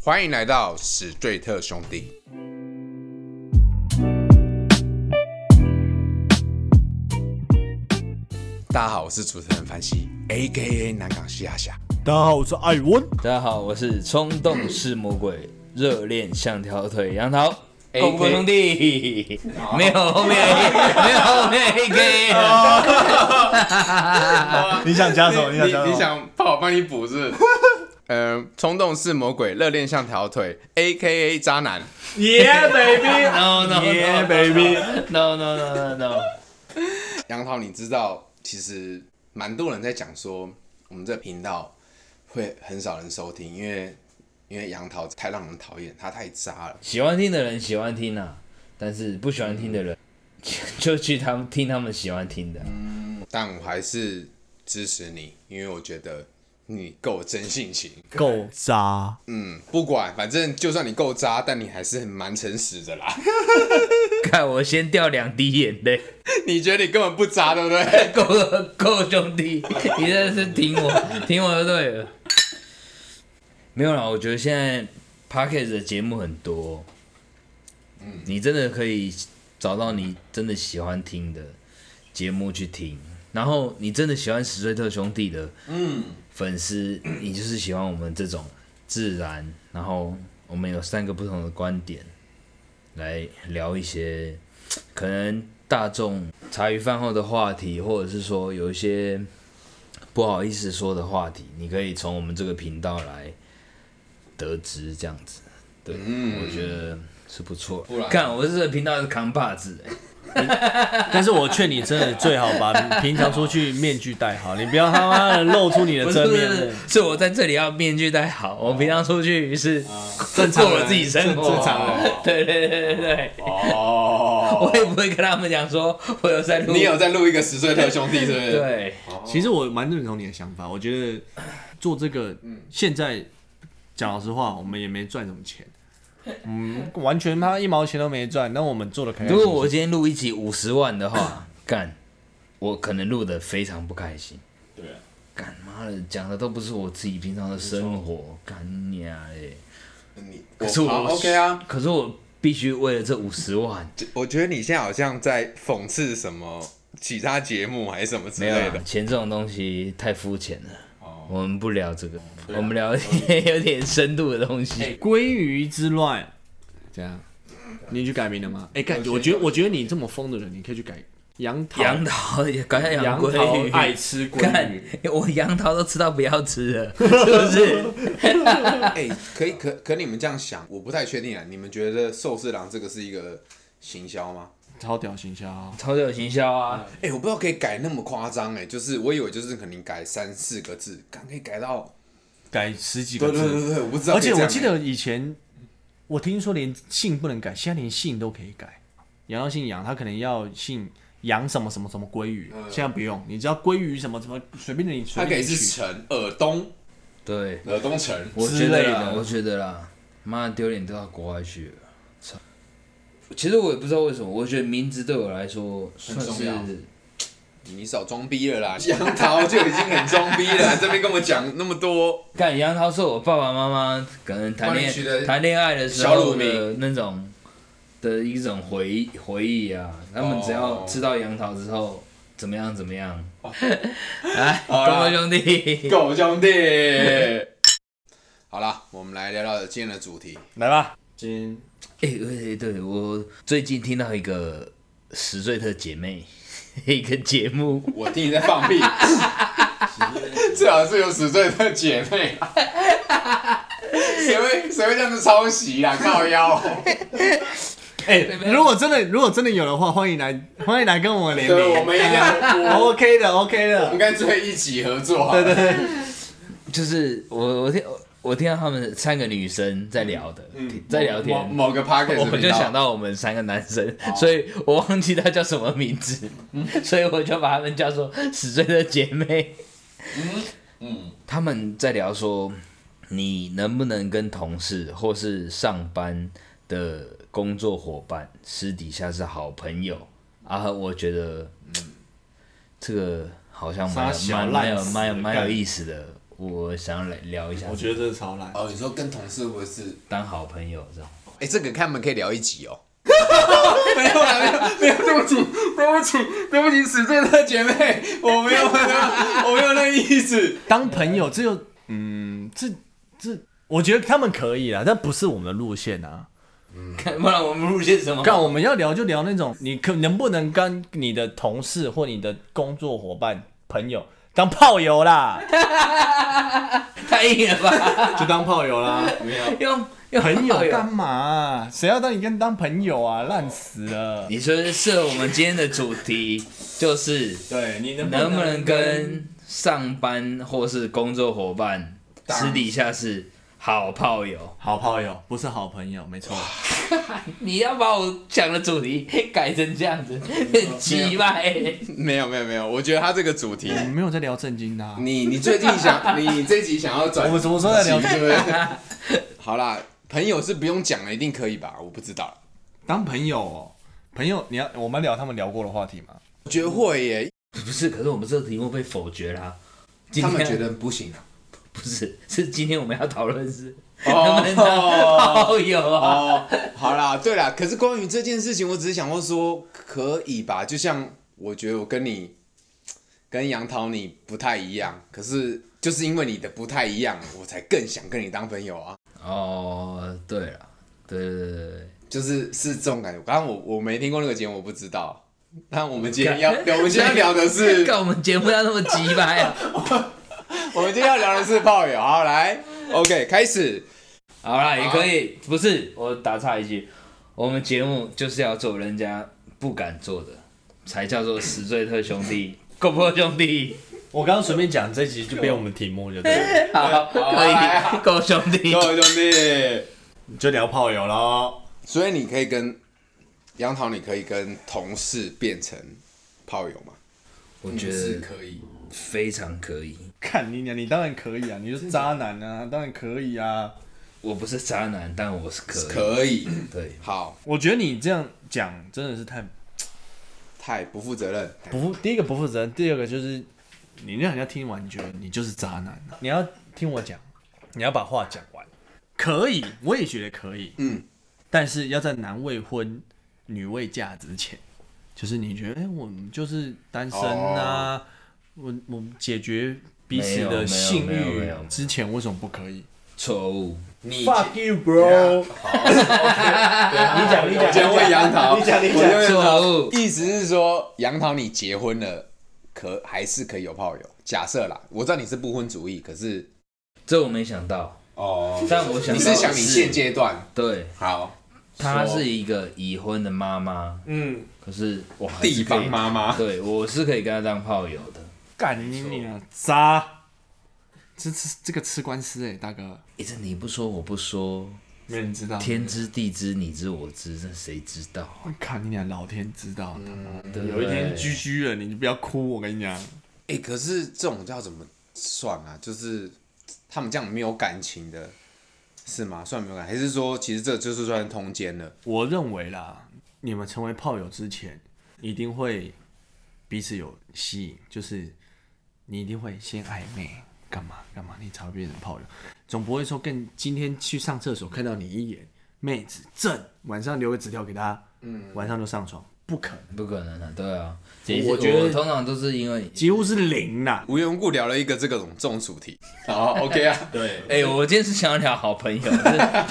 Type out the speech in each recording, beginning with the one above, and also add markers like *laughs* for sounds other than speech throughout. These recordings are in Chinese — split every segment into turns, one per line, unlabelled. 欢迎来到史最特兄弟。大家好，我是主持人凡西，A K A 南港西亚侠。
大家好，我是哎艾文。
大家好，我是冲动是魔鬼，热恋像条腿，杨桃。
AK
够不够兄弟？没有后面，没有后面 A K，
你想加什么？你想加什么？
你想怕我帮你补是 *laughs* 不是？嗯，冲动是魔鬼，热恋像条腿，A K A 渣男。
？Yeah baby。
no no
Yeah baby。
no no no no no，
杨涛，你知道，其实蛮多人在讲说，我们这频道会很少人收听，因为因为杨桃太让人讨厌，他太渣了。
喜欢听的人喜欢听啊，但是不喜欢听的人就去他们听他们喜欢听的。
但我还是支持你，因为我觉得你够真性情。 *laughs*
够渣，
嗯，不管，反正就算你够渣，但你还是很蛮诚实的啦。 *laughs*
看我先掉两滴眼泪，
你觉得你根本不渣，对不对？
够 *laughs* 了够兄弟，你真的是挺我 *laughs* 挺我就对了。没有啦，我觉得现在 p o c k e t 的节目很多，你真的可以找到你真的喜欢听的节目去听，然后你真的喜欢史瑞特兄弟的，嗯，粉丝，你就是喜欢我们这种自然，然后我们有三个不同的观点来聊一些可能大众茶余饭后的话题，或者是说有一些不好意思说的话题，你可以从我们这个频道来得知这样子。对，我觉得是不错
嗯不然。
看我这个频道是扛把子、
但是我劝你真的最好把 *laughs* 平常出去面具戴好，你不要他妈的露出你的
不是
真
不
面
是
目。，
是我在这里要面具戴好。我平常出去是正
常
做
人
我自己生活，
啊正常人
对对对对对，
哦，
*laughs* 我也不会跟他们讲说我有在录。
你有在录一个十岁特兄弟，是不是？，
对，
其实我蛮认同你的想法，我觉得做这个，
嗯
现在讲老实话，我们也没赚什么钱，嗯，完全他一毛钱都没赚，那我们做的开心
如果我今天录一集五十万的话，干，我可能录的非常不开心。
对啊
干妈的，讲的都不是我自己平常的生活，干你啊嘞！
你
可是我
好 OK 啊。，
可是我必须为了这五十万，
我觉得你现在好像在讽刺什么其他节目还是什么之
没有
类
啊
的。
钱这种东西太肤浅了。我们不聊这个，我们聊一些有点深度的东西。
鲑鱼之乱，这样，你去改名了吗？哎、改，我觉得我觉得你这么疯的人，你可以去改杨桃，
杨桃也搞下
杨
养
桃
鲑
爱
鱼，
吃鲑
看
鱼，
我杨桃都吃到不要吃了，是不是？
哎、可以可可你们这样想，我不太确定啊。你们觉得寿司郎这个是一个行销吗？
超屌行销。
超级有行销啊！
哎、我不知道可以改那么夸张哎，就是我以为就是可能改三四个字，刚可以改到
改十几
对
个
对对
字，
对，我不知道
而
可以
且
这样欸。
我记得以前我听说连姓不能改，现在连姓都可以改。杨要姓杨，他可能要姓杨什么什么什么鲑鱼，现在不用，你只要鲑鱼什么什么，随便你随
它可
便
以
你
是
取。
陈尔东，
对，
尔东城
我
之
觉
类的
得啦，。我觉得啦，妈丢脸都到国外去了。操！其实我也不知道为什么，我觉得名字对我来说算
重
是
要你少装逼了啦，杨桃就已经很装逼了，这边跟我讲那么多，
干杨桃是我爸爸妈妈可能谈
帮你取的
恋谈恋爱的时
小乳
候的
名
那种的一种回忆回忆啊。他们
哦
只要吃到杨桃之后，怎么样怎么样？
*laughs*
来，
好啦
各位兄
*laughs*
弟，*laughs*
狗兄弟。好啦，我们来聊聊今天的主题。
来吧，今
哎、对对，我最近听到一个十岁的姐妹 *laughs* 一个节目，
我听你在放屁， *laughs* 最好是有死罪的姐妹啦。谁会谁会这样子抄袭啦？靠腰，
哎，如果真的如果真的有的话，欢迎来欢迎来跟我们联
对，我
名
们一定要，我
，OK 的 OK
我们
的，
干脆一起合作。啊对对对，
就是我我听我听到他们三个女生在聊的，在聊天，
某某个 p a c k e
我
t
们就想到我们三个男生，所以我忘记他叫什么名字， *laughs* 所以我就把他们叫做死罪的姐妹。嗯，他们在聊说，你能不能跟同事或是上班的工作伙伴私底下是好朋友啊？我觉嗯得，这个好像
傻
蛮
小
蛮蛮有
烂死
蛮有蛮有
干
意思的。我想要来聊一下，
我觉得这是超烂。
哦，你说跟同事或者是
当好朋友这样。
哎、这个看我们可以聊一集哦。 *laughs* 没有啦，没有，没有，对不起，对不起，对不起，死罪的姐妹，我没有，我 *laughs* 没有，我没有那个意思。
当朋友，这就嗯，这这，我觉得他们可以啦，但不是我们的路线啊。
看， *laughs* 不然我们路线是什么？
干，我们要聊就聊那种，你可能不能跟你的同事或你的工作伙伴、朋友当炮友啦，
太硬了吧？
*laughs* 就当炮友啦。没有
用用
朋
炮
友干嘛啊、谁要当你跟当朋友啊？烂死了。
你说是我们今天的主题就是
对你
能不能跟上班或是工作伙伴
当
私底下是好炮友？
好炮友，不是好朋友，没错。
你要把我讲的主题改成这样子，很奇怪、
没有，没有，没有，我觉得他这个主题
我，们没有在聊正经的、啊。
你你最近想， *laughs* 你你这集想要转，
我们什么时候再聊
对不对？好啦，朋友是不用讲了，一定可以吧？我不知道，
当朋友、哦，朋友，你要我们聊他们聊过的话题吗？
我觉得会耶，
不是，可是我们这个题目被否决啦、今
他
天
们觉得不行啊。
不是，是今天我们要讨论是能不能当
哦
炮友啊？
哦，好啦，对啦，可是关于这件事情，我只是想要说，可以吧？就像我觉得我跟你跟杨桃你不太一样，可是就是因为你的不太一样，我才更想跟你当朋友啊。
哦，对了，对对对对对。
就是是这种感觉。刚刚我我没听过那个节目，我不知道。那我们今天要聊，我们今天要聊的
*laughs*
是，
干我们节目要那么急掰
*laughs*
啊！
我们今天要聊的是炮友。好，来，OK，开始。
好啦，
啊
也可以，不是我打岔一句，我们节目就是要做人家不敢做的，才叫做死罪特兄弟、 *laughs* 够破兄弟。
我刚刚随便讲这集就变我们题目就对了，
好，可
来
以
啊
*laughs* 够兄弟
各。位兄弟，
*laughs* 就聊炮友喽。
所以你可以跟杨桃，你可以跟同事变成炮友吗？
我觉得
可以。
非常可以。
看你娘，你当然可以啊，你就是渣男啊，当然可以啊。
我不是渣男，但我是可以。
可以，
对，
好，
我觉得你这样讲真的是太
太不负责任。
不负，第一个不负责任，第二个就是你让人家听完你觉得你就是渣男、啊，你要听我讲，你要把话讲完。可以，我也觉得可以，
嗯，
但是要在男未婚、女未嫁之前，就是你觉得，哎、我们就是单身啊，我我们解决彼此
哦没有没有
的性
没有没
欲
有
之前，为什么不可以
错误。
你
you,
你
讲你讲
讲我杨桃，
你讲你讲
我就会
错误
意思是说，杨桃你结婚了，可还是可以有炮友？假设啦，我知道你是不婚主义，可是
这我没想到，
哦，
但我想
你
到的
是想你现阶段
对，
好，
她
说
是一个已婚的妈妈，
嗯，
可是我还是
地
可以
方妈妈，
*laughs* 对，我是可以跟她当炮友的。
干你娘渣，这这这个吃官司哎、大哥，
一直你不说我不说，
没人知道，
天知地知你知我知，那谁知道啊？
我看你俩，老天知道，他妈的
对不
嗯有一天
对
居居了，你就不要哭，我跟你讲。
哎，可是这种叫怎么算啊？就是他们这样没有感情的，是吗？算没有感，还是说其实这就是算通奸了？
我认为啦，你们成为炮友之前，一定会彼此有吸引，就是你一定会先暧昧，干嘛干嘛，你才会变成炮友，总不会说跟今天去上厕所看到你一眼，妹子正，晚上留个纸条给她，嗯，晚上就上床，不可能，
不可能的、对啊。其实
我觉得
通常都是因为，
几乎是零啦。
无缘无故聊了一个这个种这种主题，好，OK 啊，
对，
哎、我今天是想要聊好朋友， *laughs* 是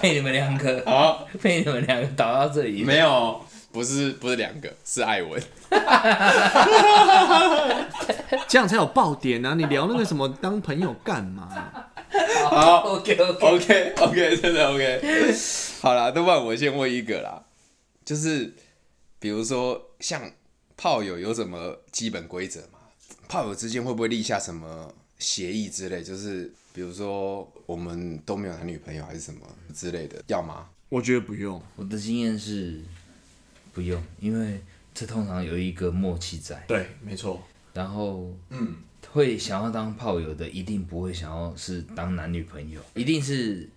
被你们两个，
好。
被你们两个导到这里。
没有，不是不是两个，是艾 *laughs* 文。
这样才有爆点啊！你聊那个什么当朋友干嘛？
好
OK OK，
，OK OK，真的 OK。好啦，那不然我先问一个啦，就是比如说像炮友有什么基本规则吗？炮友之间会不会立下什么协议之类？就是比如说我们都没有男女朋友还是什么之类的，要吗？
我觉得不用，
我的经验是不用，因为这通常有一个默契在，
对，没错，
然后
嗯，
会想要当炮友的，一定不会想要是当男女朋友，一定是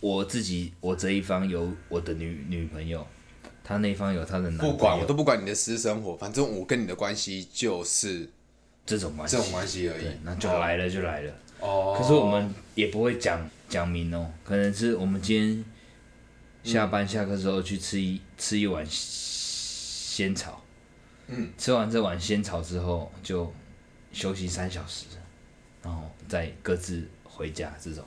我自己我这一方有我的女女朋友，他那一方有他的男朋友，
不管我都不管你的私生活，反正我跟你的关系就是
这种关系，
这种关系而已
对，那就来了就来了，
哦
可是我们也不会讲讲明哦，可能是我们今天下班下课之后去吃一、吃一碗仙草，
嗯，
吃完这碗仙草之后就休息三小时，然后再各自回家这种，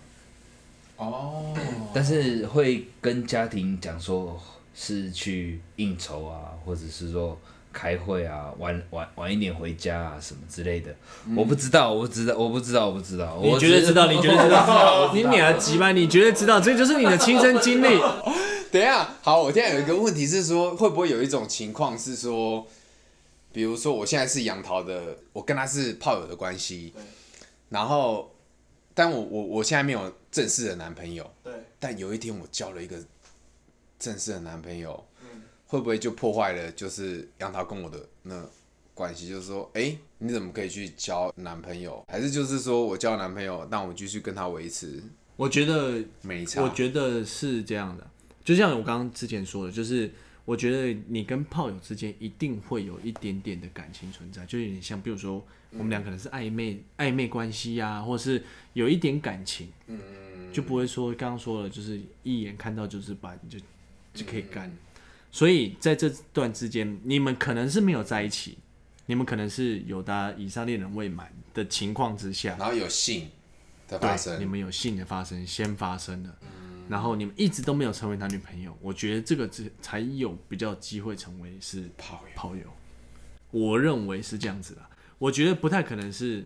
哦，
但是会跟家庭讲说是去应酬啊，或者是说。开会啊，晚晚晚一点回家啊，什么之类的，我不知道，我不知道，我不知道，我不知道。
嗯你
我
绝对
只
知道，你绝对知道，你俩急吧，你绝对知道，这就是你的亲身经历。
等一下，好，我现在有一个问题是说，会不会有一种情况是说，比如说我现在是杨桃的，我跟他是炮友的关系，然后，但我我我现在没有正式的男朋友，
对，
但有一天我交了一个正式的男朋友，会不会就破坏了就是杨桃跟我的那关系？就是说，哎、你怎么可以去交男朋友？还是就是说我交了男朋友，那我继续跟他维持
我觉得
没差？
我觉得是这样的，就像我刚刚之前说的，就是我觉得你跟炮友之间一定会有一点点的感情存在，就有点像，比如说我们俩可能是暧昧暧昧关系呀、或是有一点感情，嗯，就不会说刚刚说了，就是一眼看到就是把你就就可以干。所以在这段之间，你们可能是没有在一起，你们可能是有达以上恋人未满的情况之下，
然后有性的
对
发生，
你们有性的发生，先发生的，然后你们一直都没有成为男女朋友，我觉得这个只才有比较机会成为是
炮友
炮友，我认为是这样子啦，我觉得不太可能是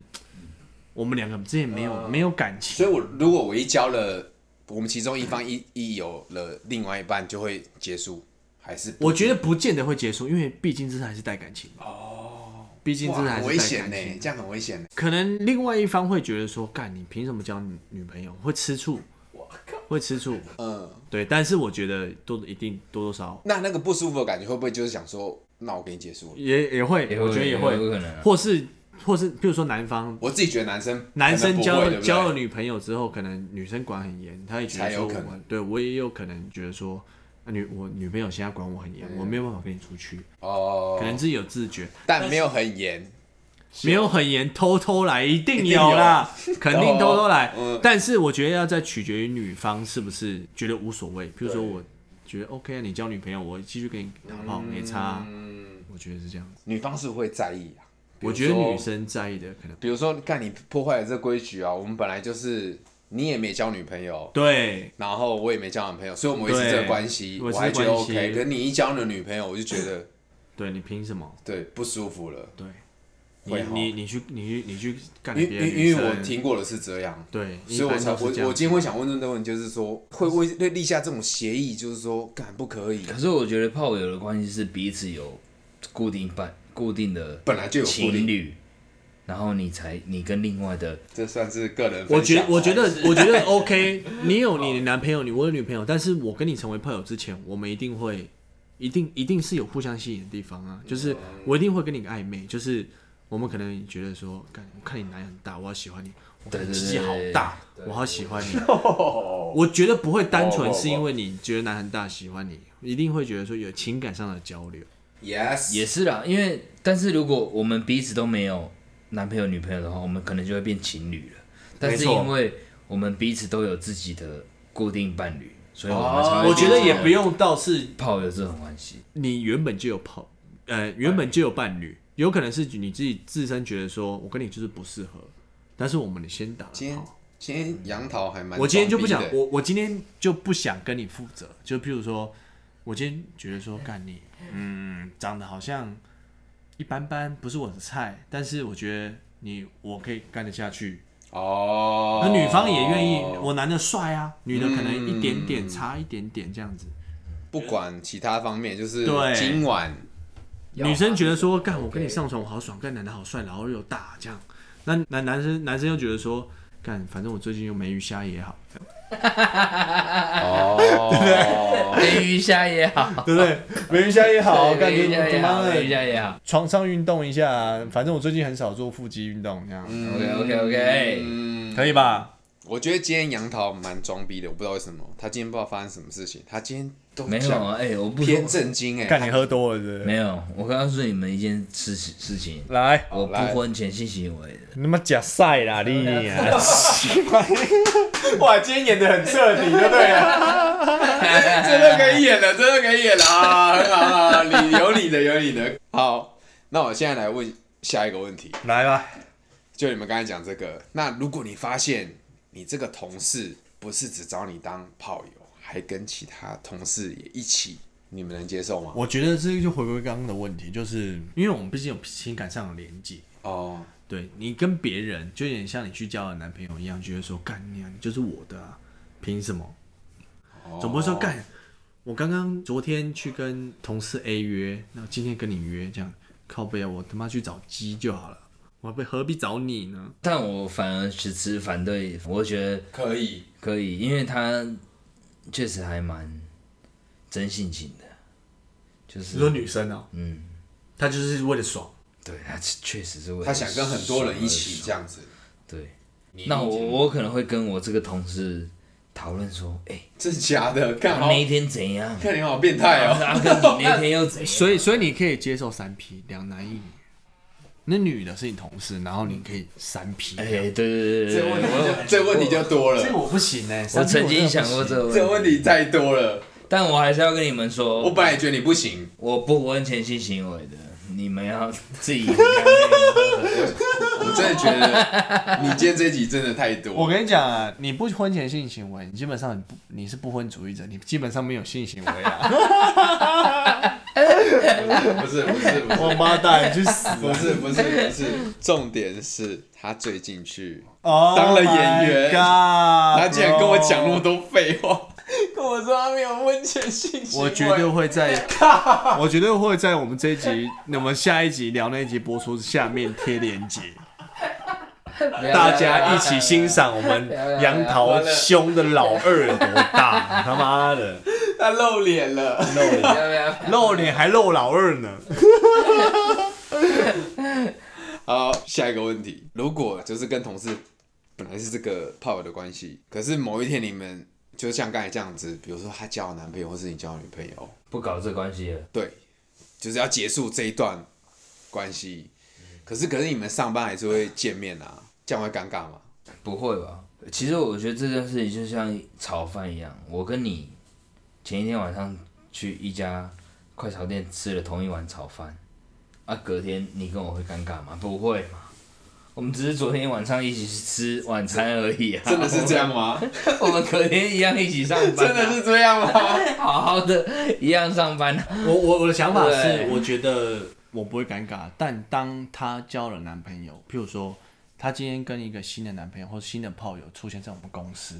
我们两个之间没有、没有感
嗯所
情，
以我如果我一交了，我们其中一方一一有了另外一半，就会结束，还是
我觉得不见得会结束，因为毕竟这还是带感情哦，毕竟这
哇
还
很
是
危
带
险
感
呢、
情，
这样很危险呢、
可能另外一方会觉得说，干你凭什么交女女朋友？会吃醋，会吃醋，
嗯，
对，但是我觉得多一定多多少少
那那个不舒服的感觉会不会就是想说，那我跟你结束了？
也也会，
也会
我觉得也
也
会，
有可能啊
或是或是，比如说男方
我自己觉得男生
男
可
生
能不
交
会
了
对不对
交了女朋友之后，可能女生管很严，他也觉得
才
说
有可
我
能
对我也有可能觉得说。啊女我女朋友现在管我很严，我没有办法跟你出去，
哦，
可能自己有自觉，
但没有很严，
没有很严，偷偷来一定
定有 *laughs*
有啦，肯定偷偷来
嗯。
但是我觉得要再取决于女方是不是觉得无所谓，比如说我觉得 OK 啊，你交女朋友，我继续跟你打炮没差啊，
嗯，
我觉得是这样子。
女方是不是会在意啊。比如
我觉得
说
女，生在意的可能
比如说，看你破坏了这规矩啊，我们本来就是你也没交女朋友，
对
然后我也没交男朋友，所以我们维持这个关系，
对维
我
持
还觉得
关系
OK。可是你一交了女朋友，我就觉得
对你凭什么？
对不舒服了，
对，你
会哈
你你去你去你去干
因为
别的
因为
女
因
生
为我听过的是这样，
对，
所以我才我我今
经
天会想问这个问题，就是说会不会会立下这种协议，就是说干不可以，
可是我觉得炮友的关系是彼此有固定伴、固定的
本来就有固定
情侣，然后你才你跟另外的
这算是个人
我
分
觉
享。
我觉得我
*laughs*
觉得 OK，你有你的男朋友，你我有女朋友，但是我跟你成为朋友之前，我们一定会一定一定是有互相吸引的地方啊，就是我一定会跟你暧昧，就是我们可能觉得说，干我看你奶很大，我好喜欢你，我
对对对
自己好大，我好喜欢你，
哦
*laughs* 我觉得不会单纯是因为你觉得奶很大喜欢你，一定会觉得说有情感上的交流。
，yes，
也是啦。因为但是如果我们彼此都没有男朋友、女朋友的话，我们可能就会变情侣了。但是
没错
因为我们彼此都有自己的固定伴侣，所以我们才会
哦我觉得也
变成
不用到是
炮友这种关系。
你原本就有炮，呃，原本就有伴侣，有可能是你自己自身觉得说，我跟你就是不适合，但是我们先打
今
了
天
炮。
今天杨桃还蛮，
哦我今天就不想，
的。
我我今天就不想跟你负责。就譬如说，我今天觉得说，干你，嗯，长得好像一般般，不是我的菜，但是我觉得你我可以干得下去。
哦，
那女方也愿意，我男的帅啊，女的可能一点点差一点点这样子。
不管其他方面，就是
对
今
*laughs*
晚
女生觉得说，干我跟你上床我好爽，干男的好帅，然后又大这样。那男男生男生又觉得说，干反正我最近又没鱼虾也好，
哦，
黑鱼虾也好，
对不对？美鱼虾也好，感觉
黑鱼
你
虾也
他
好，
妈
黑鱼
的
虾也好。
床上运动一
嗯
下，反正我最近很少做腹肌运动，这样
OK OK OK，
嗯，
可以吧？
我觉得今天杨桃蛮装逼的，我不知道为什么，他今天不知道发生什么事情，他今天都
没有啊，
讲
哎、我不
偏正经哎、
看你喝多了是不是？
没有，我告诉你们一件事情事情，
来，
我不
来
婚前性行为的，
你他妈假赛啦你 *laughs* 啊！
哇，今天演的很彻底，对不对了？
真的可以演了，真的可以演了啊！很好很好，你有你的，有你的。好，那我现在来问下一个问题，
来吧，
就你们刚才讲这个，那如果你发现你这个同事不是只找你当炮友，还跟其他同事也一起，你们能接受吗？
我觉得这个就回归刚刚的问题，就是因为我们毕竟有情感上的连接，
哦，
对你跟别人就有点像你去交了男朋友一样，觉得说干你、啊，你就是我的啊，凭什么？
哦
总不会说干，我刚刚昨天去跟同事 A 约，那今天跟你约，这样靠背啊，我他妈去找鸡就好了，我还不何必找你呢？
但我反而只持反对，我觉得
可以，
可以，因为他确实还蛮真性情的，就是
你说女生啊，
嗯，
她就是为了爽，
对他确实是为了
他想跟很多人一起
爽
这样子。
而爽，对。
你
那
理
我
解吗
我可能会跟我这个同事讨论说，哎、
真假的，干
他
好
那，一天
*laughs*
怎样？
看你好变态哦。
阿哥，你啊那天
*laughs*
又怎样？
所以所以你可以接受三 P 两男一女，那女的是你同事，然后你可以三 P，
哎、对对对
这
对
个问题
对，
就这个问题就多
这个
了，
我不行哎、欸，
我曾经想过这个
这个
问
问
题，
题太多了。
但我还是要跟你们说，
我本来也觉得你不行，
我不婚前性行为的，你们要自己衡量。
我真的觉得你今天这一集真的太
我
多。
跟你讲啊，你不婚前性行为，你基本上你不你是不婚主义者，你基本上没有性行
*laughs*
为啊。
不是不是不是
王八蛋去
*laughs*
死！
不是不是不是，重点是他最近去，
哦
当了演员他
他
竟然跟我讲那么，多废话，跟我说他没有婚前性行为。
我绝对会在，
*laughs*
我绝对会在我们这一集、我们下一集聊那一集播出下面贴
*laughs*
链接，
啊
大家一起欣赏我们杨桃胸的老二有多
*laughs*
大，他妈的
他露脸了。
露脸，
露脸还露老二呢。
好，下一个问题，如果就是跟同事本来是这个炮友的关系，可是某一天你们就像刚才这样子，比如说他交了男朋友，或是你交了女朋友，
不搞这关系了。
对，就是要结束这一段关系。可是可是你们上班还是会见面啊，这样会尴尬吗？
不会吧？其实我觉得这件事情就像炒饭一样，我跟你前一天晚上去一家快炒店吃了同一碗炒饭，啊，隔天你跟我会尴尬吗？不会嘛，我们只是昨天晚上一起去吃晚餐而已啊，
*laughs* 真的是这样吗？
*laughs* 我们，我们隔天一样一起上班、
*laughs*
啊
真的是这样吗？
好好的一样上班、啊，
我我我的想法是
对，
我觉得我不会尴尬，但当她交了男朋友，譬如说她今天跟一个新的男朋友或新的炮友出现在我们公司，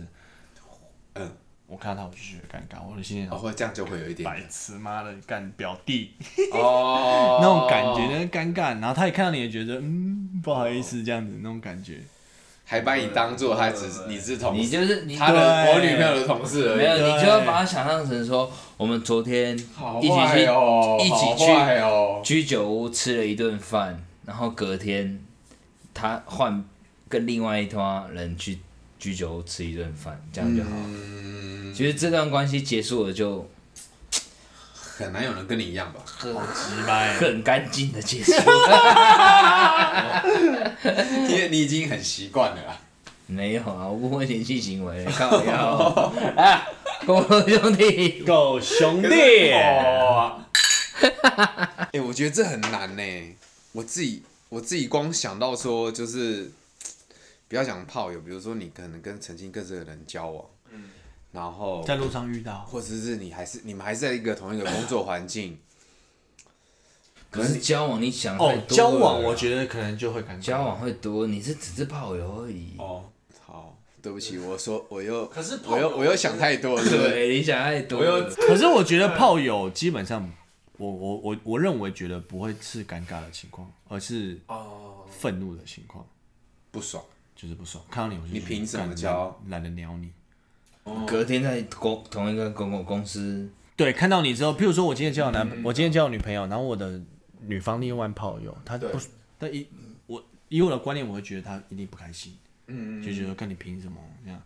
嗯，
我看到她我就觉得尴尬，我就心里
*laughs* 哦，
想，
会这样就会有一点
白痴妈的干表弟
哦
那种感觉，，那尴尬，然后她也看到你也觉得嗯不好意思这样子那种感觉，
还把你当做他只是你啊是同
你
事，
就是你
他的
对
我女朋友的同事而
没有，
已。
你就要把它想象成说，我们昨天一起
好
去
坏哦，
一起去
好坏哦，
居酒屋吃了一顿饭，然后隔天他换跟另外一团人去居酒屋吃一顿饭，这样就好了。
嗯，
其实这段关系结束了就
很难有人跟你一样 *laughs* 吧？
很
直白
很干净的结束。
因为你已经很习惯了啦。
没有啊，我不婚前性
*laughs*
行为，靠腰啊，公兄弟，
狗兄弟，
哦，哎、我觉得这很难呢。我自己我自己光想到说，就是不要讲炮友，比如说你可能跟曾经跟这个人交往，然后
在路上遇到，
或者是你还是你们还是在一个同一个工作环
*clears throat*
境，
可是交往你想太
哦
多了，
交往我觉得可能就会尴尬，
交往会多，你是只是炮友而已。
哦，好，对不起，我说我又可
是
我又我又想太多了，对不对？
对，你想太多了。
可是我觉得炮友基本上，我我我我认为觉得不会是尴尬的情况，而是
哦，
愤怒的情况，
不爽，
就是不爽，看到你我就
你凭什么
干
交
懒懒得鸟你。
隔天在公同一个公共公司，
对，看到你之后，譬如说我今天交了男，
嗯
我今天交了女朋友，然后我的女方另外一半炮友，他
对
不，他一我以我的观念，我会觉得他一定不开心，
嗯
就觉得跟你凭什么这样？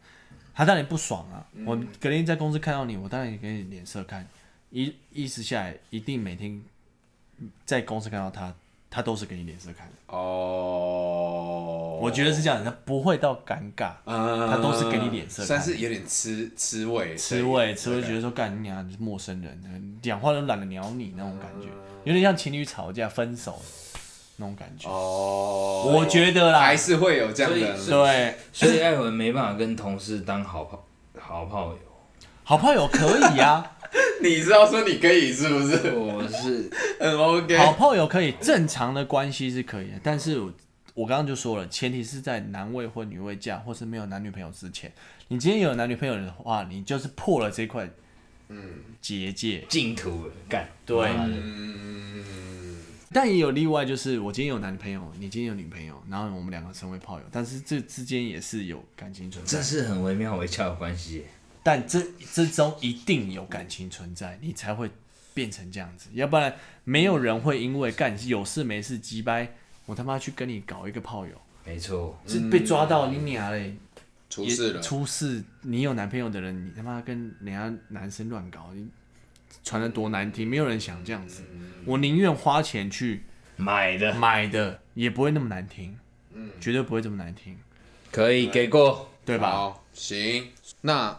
他当然不爽啊！
嗯
我隔天在公司看到你，我当然给你脸色看。一一直下来，一定每天在公司看到他，他都是给你脸色看的。
哦，
我觉得是这样的，他不会到尴尬，
嗯，
他都是给你脸色看
算是有点吃吃味，
吃味，吃味觉得说干你啊，你是陌生人，讲话都懒得鸟你那种感觉，有点像情侣吵架分手了那种感觉。
哦，
我觉得啦
还，是会有这样的，
所
对，
所以艾文没办法跟同事当好炮好炮友。
好炮友可以啊，
你知道说你可以是不是？
我是
很 OK，
好炮友可以，正常的关系是可以的，但是我我刚刚就说了，前提是在男未婚女未嫁或是没有男女朋友之前，你今天有男女朋友的话，你就是破了这块嗯结界，
净土了，干
对
妈的
但也有例外，就是我今天有男朋友，你今天有女朋友，然后我们两个成为炮友，但是这之间也是有感情存
这
在。
是很惟妙惟肖的关系。
但这这中一定有感情存在，你才会变成这样子，要不然没有人会因为干有事没事鸡掰，我他妈去跟你搞一个炮友，
没错，
是
嗯
被抓到你娘嘞！
出
也
事了，
出事，你有男朋友的人，你他妈跟人家男生乱搞，你传的多难听，没有人想这样子。
嗯
我宁愿花钱去
买的
买的也不会那么难听，嗯，绝对不会这么难听，
可以给过。
对吧？
好，行，那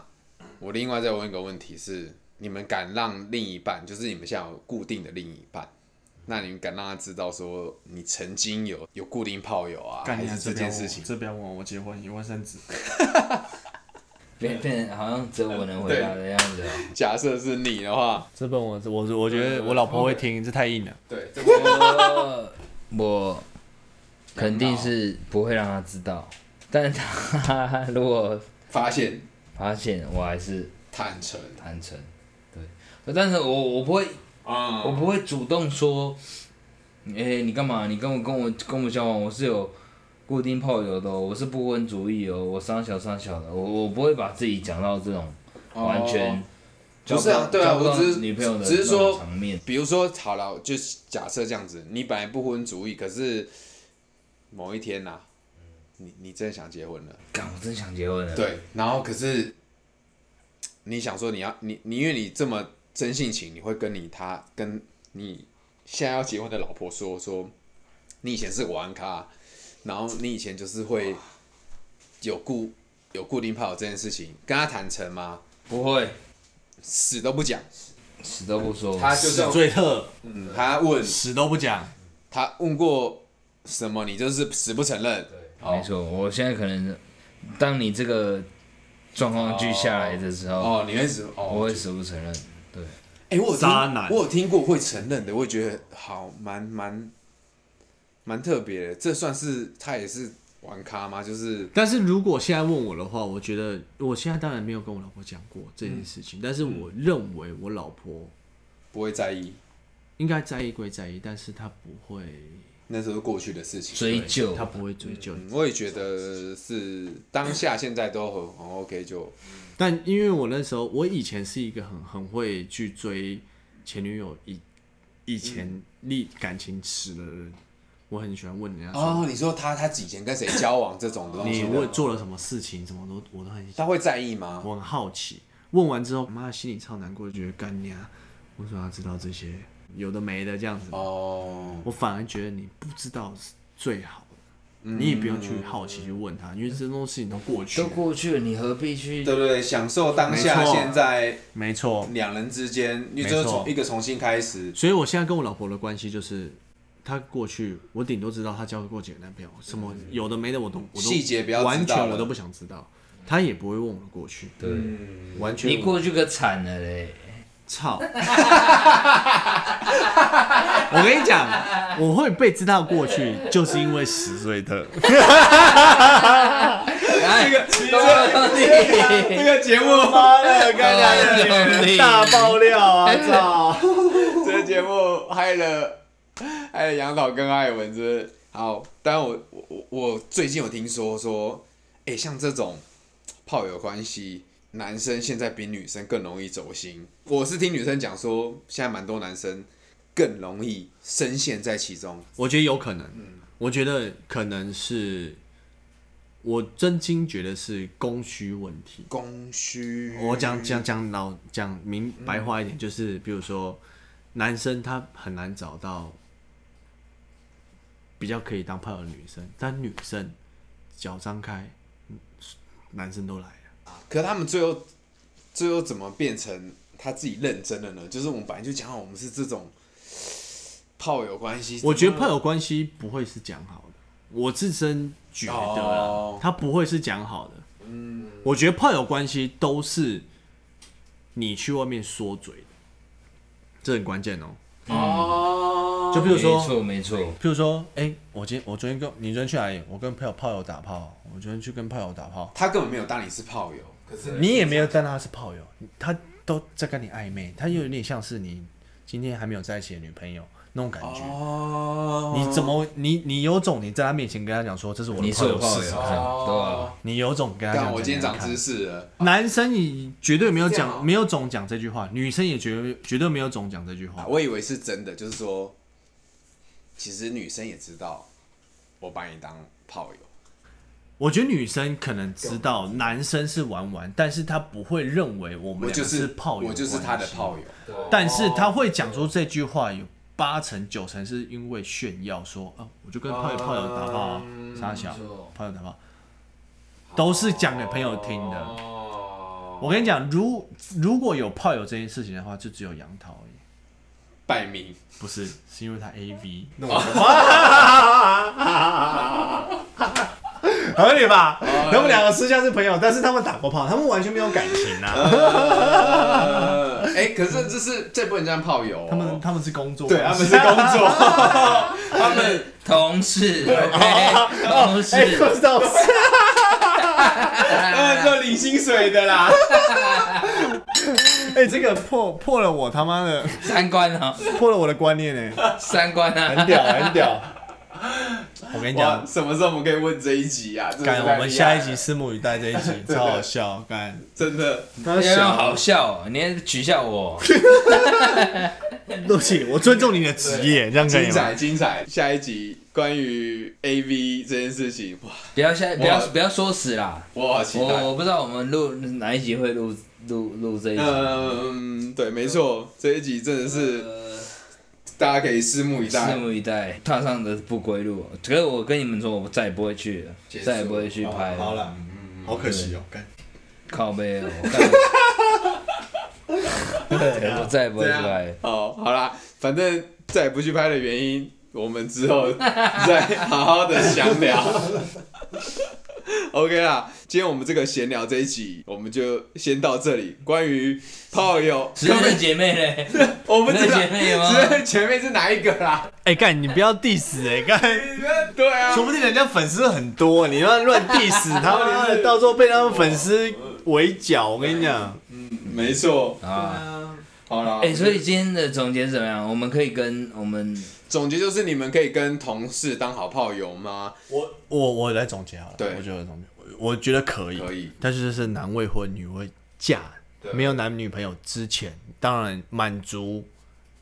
我另外再问一个问题是：你们敢让另一半，就是你们现在有固定的另一半，那你们敢让他知道说你曾经有有固定炮友啊，
干
还
你啊
是这
不
件
要问我
事情？
这不要问我，我结婚一万三子，
变变成好像只有我能回答的样子哦。
假设是你的话，
这本我我我觉得我老婆会听，这太硬了。
对，这
我 *laughs* 我肯定是不会让他知道，但他如果
发现
发现，我还是
坦诚
坦诚。对，但是我我不会，
啊
我不会主动说，哎、你干嘛？你跟我跟我跟我交往，我是有固定炮友的、哦，我是不婚主义哦，我伤小伤小的，我我不会把自己讲到这种完全
哦不
交不
是
到、
啊，对啊，
交不
我
到
只是
女朋友的
只是
那种
说
场面，
比如说，好了，就是假设这样子，你本来不婚主义，可是某一天呐、你你真的想结婚了，
干，我真想结婚了。
对，然后可是你想说你要你你因为你这么真性情，你会跟你他跟你现在要结婚的老婆说说，你以前是玩咖，然后你以前就是会有固有固定炮友这件事情，跟他坦诚吗？
不会，
死都不讲，
死都不说。
他就
死
是
最特，
嗯他问
死都不讲，
他问过什么，你就是死不承认。
没错，我现在可能，当你这个状况剧下来的时候，
哦，你会死
我
哦？
会死不承认。对，
哎、我有听
渣男
我有听过会承认的，我也觉得好蛮蛮蛮特别的。这算是他也是玩咖吗？就是
但是如果现在问我的话，我觉得我现在当然没有跟我老婆讲过这件事情，但是我认为我老婆
不会在意，
应该在意归在意，但是她不会
那时候过去的事情。
追究
她不会追究。
嗯我也觉得是当下现在都很很 OK，就
但因为我那时候，我以前是一个很很会去追前女友以以前历感情史的人，我很喜欢问人家说、
哦，你说他他以前跟谁交往这种东西
你
的，
问做了什么事情，什么都我都很
他会在意吗？
我很好奇。问完之后，妈心里超难过，觉得干你啊！为什么要知道这些有的没的这样子？
哦，
我反而觉得你不知道是最好的，
嗯
你也不用去好奇去问他，因为这种事情都过去
都
了。
过去了，你何必去？
对不对？享受当下
没错
现在
没错，
两人之间，你就是
没错
从一个重新开始。
所以我现在跟我老婆的关系就是，她过去我顶多知道她交过几个男朋友，什么有的没的我都我
嗯
都
细节不要知道
完全
了
我都不想知道，她也不会问我的过去，
对，
完全
你过去可惨了嘞。
操！我跟你讲，我会被知道过去，就是因为十岁特。
这个
兄弟，
这个节目，
哎妈
*laughs*
的，
兄弟，
爆料啊！操！
这个节目害了害了杨导跟艾文是不是好，当然我我我我最近有听说说，哎、像这种炮友关系，男生现在比女生更容易走心。我是听女生讲说，现在蛮多男生更容易深陷在其中。
我觉得有可能，我觉得可能是我真心觉得是供需问题。
供需，
我讲讲讲老讲明嗯白话一点，就是比如说，男生他很难找到比较可以当炮友的女生，但女生脚张开，男生都来了。
可他们最后最后怎么变成他自己认真的呢？就是我们本来就讲好，我们是这种炮友关系。
我觉得炮友关系不会是讲好的，我自身觉得啦
哦，
他不会是讲好的。嗯，我觉得炮友关系都是你去外面说嘴的，这很关键哦。
哦，
就比如说
没，错没错，
譬如说，哎、我今天我昨天跟你昨天去哪里？我跟朋友炮友打炮，我昨天去跟炮友打炮，
他根本没有当你是炮友，可是
你也没有当他是炮友，他都在跟你暧昧，他又有点像是你今天还没有在一起的女朋友那种感觉。
哦，
你怎么你你有种你在他面前跟他讲说这是我
你
的
是
炮
我
友
炮友，
试
对
试看，
吧？
你有种跟他
干啊
讲。
我今天
讲
长
讲看
知识了，
男生你绝对没有
这样哦
讲没有总讲这句话，女生也绝绝对没有总讲这句话。
啊我以为是真的，就是说，其实女生也知道我把你当炮友。
我觉得女生可能知道男生是玩玩，但是她不会认为我们
我
俩
就是
炮友，
我就是他的炮
友。
友。
但是她会讲出这句话，有八成九成是因为炫耀说，啊，我就跟炮友炮友打炮啊，
哦
傻小
嗯
没错
炮友打炮，都是讲给朋友听的。
哦，
我跟你讲，如如果有炮友这件事情的话，就只有杨桃而已，
拜明，
不是，是因为他 A V，
合理吧？他们两个私下是朋友，但是他们打过炮，他们完全没有感情啊。
呃，哎，可是这是这不能叫炮友哦，
他们他们是工作，
对他们是工作，他们
同事，OK，同
*laughs* 哎，
事，
不知道
哎
他们是领薪水的啦。
哎，这个破破了我他妈的
三观啊，
破了我的观念哎，
三观啊
很，屌很屌。
我跟你
哇，
讲，
什么时候我们可以问这一集啊？真的是
干，
太
我们
厉
下
害
一集
了
拭目以待这一集，超好笑。干，哎
真的
他
要用好笑，你还取笑我，
对不起，我尊重你的职业，这样可以
精
吗？
彩精彩，下一集关于 A V 这件事情，哇，
不要现在不要不要说死啦，
我好期
我
待。
我不知道我们录哪一集会录录录这一集，
嗯，对，没错，这一集真的是
呃
大家可以拭目以
拭
待。
目以待，踏上的不归路。可是我跟你们说，我再也不会去了
结，束
再也不会去拍
好
了。
了，好可惜哦，干。
靠背哦，我干
对
我再也不会
对
去
啊
拍。，
哦，好啦，反正再也不去拍的原因，我们之后再好好的详聊。OK 啦，今天我们这个闲聊这一集，我们就先到这里。关于炮友，
十二姐妹嘞，
*laughs* 我不知道
那姐妹吗
只是前面是哪一个啦？
哎，干，你不要 diss 哎，干。
对
*laughs*
啊，
说不定人家粉丝很多，你要乱 diss 他们，妈
*laughs*
的到时候被他们粉丝围剿。我跟你讲，
没错。
啊。
好了，
哎，所以今天的总结是怎么样？我们可以跟我们
总结就是你们可以跟同事当好炮友吗？
我
我我来总结好了，
对
我觉得总结，我我觉得可以，
可以，
但是就是男未婚女未嫁，没有男女朋友之前，当然满足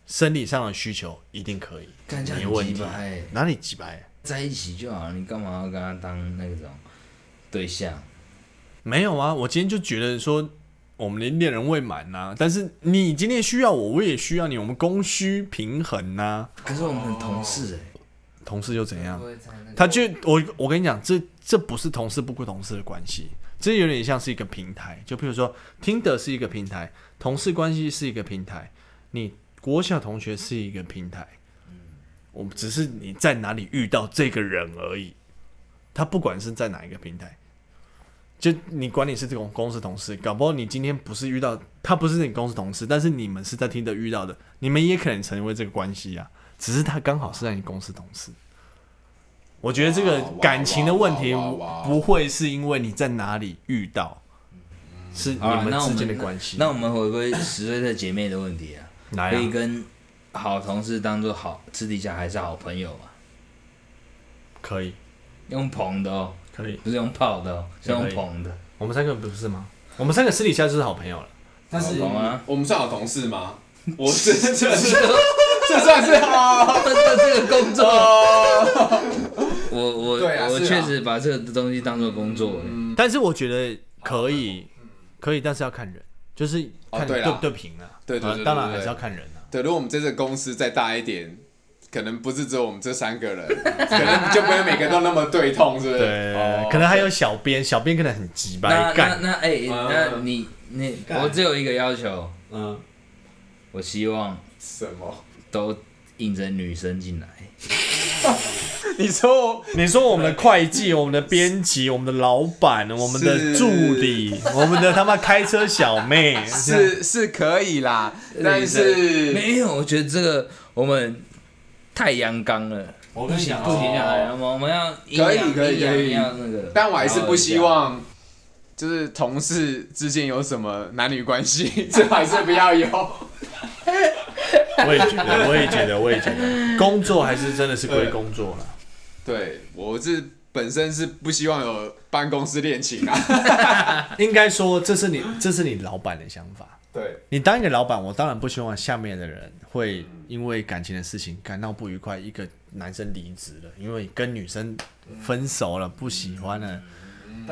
生理上的需求一定可以，
干这样
没
很
问
鸡
题
巴欸。
哪里几百？
在一起就好了，你干嘛要跟他当那种对象？
没有啊，我今天就觉得说。我们的恋人未满呐、但是你今天需要我，我也需要你，我们供需平衡呐、
可是我们很同事哎，
同事又怎样？
会在那个
他就我我跟你讲，这这不是同事不归同事的关系，这有点像是一个平台。就譬如说，听的是一个平台，同事关系是一个平台，你国小同学是一个平台。
嗯
我们只是你在哪里遇到这个人而已，他不管是在哪一个平台，就你管你是这种公司同事，搞不好你今天不是遇到他不是你公司同事，但是你们是在听的遇到的，你们也可能成为这个关系啊，只是他刚好是在你公司同事。我觉得这个
哇哇
感情的问题
哇哇哇
不会是因为你在哪里遇到，是你
好啦
们
啊那我
之
们
间的关系。
那我们回归十岁的姐妹的问题啊，
来
可以
啊，
跟好同事当做好，私底下还是好朋友嘛？
可以，
用捧的哦，
可以。
不是用泡的哦，是用捧的。
我们三个不是吗？我们三个私底下就是好朋友了。
但是
好吗？
啊我们算好同事吗？我这这这这算是好
*laughs*
哦
这这个工作，我我
对啊
我
是啊
确实把这个东西当做工作，哎
但是我觉得可以，可以，但是要看人，就是
哦
看
对
对
啦
不对平啊。
对对对
啊
对
当然
对对
还是要看人啊。
对，如果我们这个公司再大一点，可能不是只有我们这三个人，可能就不会每个都那么对痛，是不是？哦
对，可能还有小编，小编可能很急
那
白
那
干。
那哎，那你你
啊干
我只有一个要求，
嗯，
我希望
什么？
都应征女生进来。
你说
*laughs* 你说我们的会计、我们的编辑、我们的老板、我们的助理、我们的他妈开车小妹，
是是可以啦，但
女生
是
没有，我觉得这个我们太阳刚了，
我跟你讲
不行
哦
啊，我们我们要阴
可以
阳
可以
阴阳
可以
要那个，
但我还是不希望。就是同事之间有什么男女关系，这还是不要有。
*laughs* 我也觉得，我也觉得，我也觉得，工作还是真的是归工作了。
对我是本身是不希望有办公室恋情啊。
应该说，这是你，这是你老板的想法。
对，
你当一个老板，我当然不希望下面的人会因为感情的事情感到不愉快。一个男生离职了，因为跟女生分手了，不喜欢了。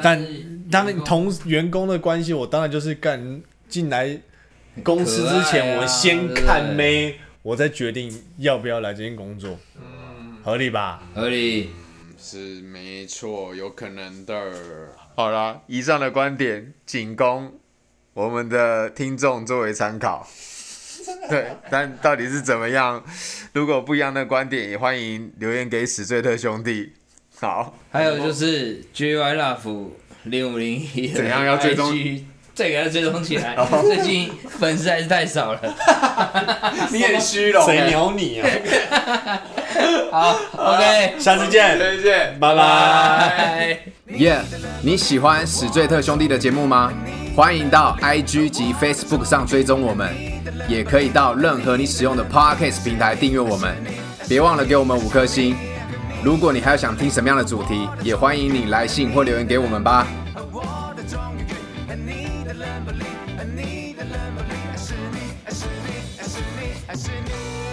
但当然同员工的关系，我当然就是干进来公司之
可爱
前，
啊
我先看
对
妹，我再决定要不要来这边工作，合理吧？
合理。
是没错，有可能的。好啦，以上的观点仅供我们的听众作为参 *laughs* 考。对，但到底是怎么样？如果不一样的观点，也欢迎留言给史最特兄弟。好，
还有就是 JY Love 零五零一
怎样要追踪？哦
再给他追踪起来，最近粉丝还是太
*laughs*
少了。
你很虚荣
谁鸟你啊？
好，OK，
哎
下次 *laughs* 见，
再见，
拜拜。
拜。
耶你喜欢史最特兄弟的节目吗？欢迎到 IG 及 Facebook 上追踪我们，也可以到任何你使用的 Podcast 平台订阅我们。别忘了给我们五颗星。如果你还有想听什么样的主题，也欢迎你来信或留言给我们吧。
I should be, I should be, I should be, I should be.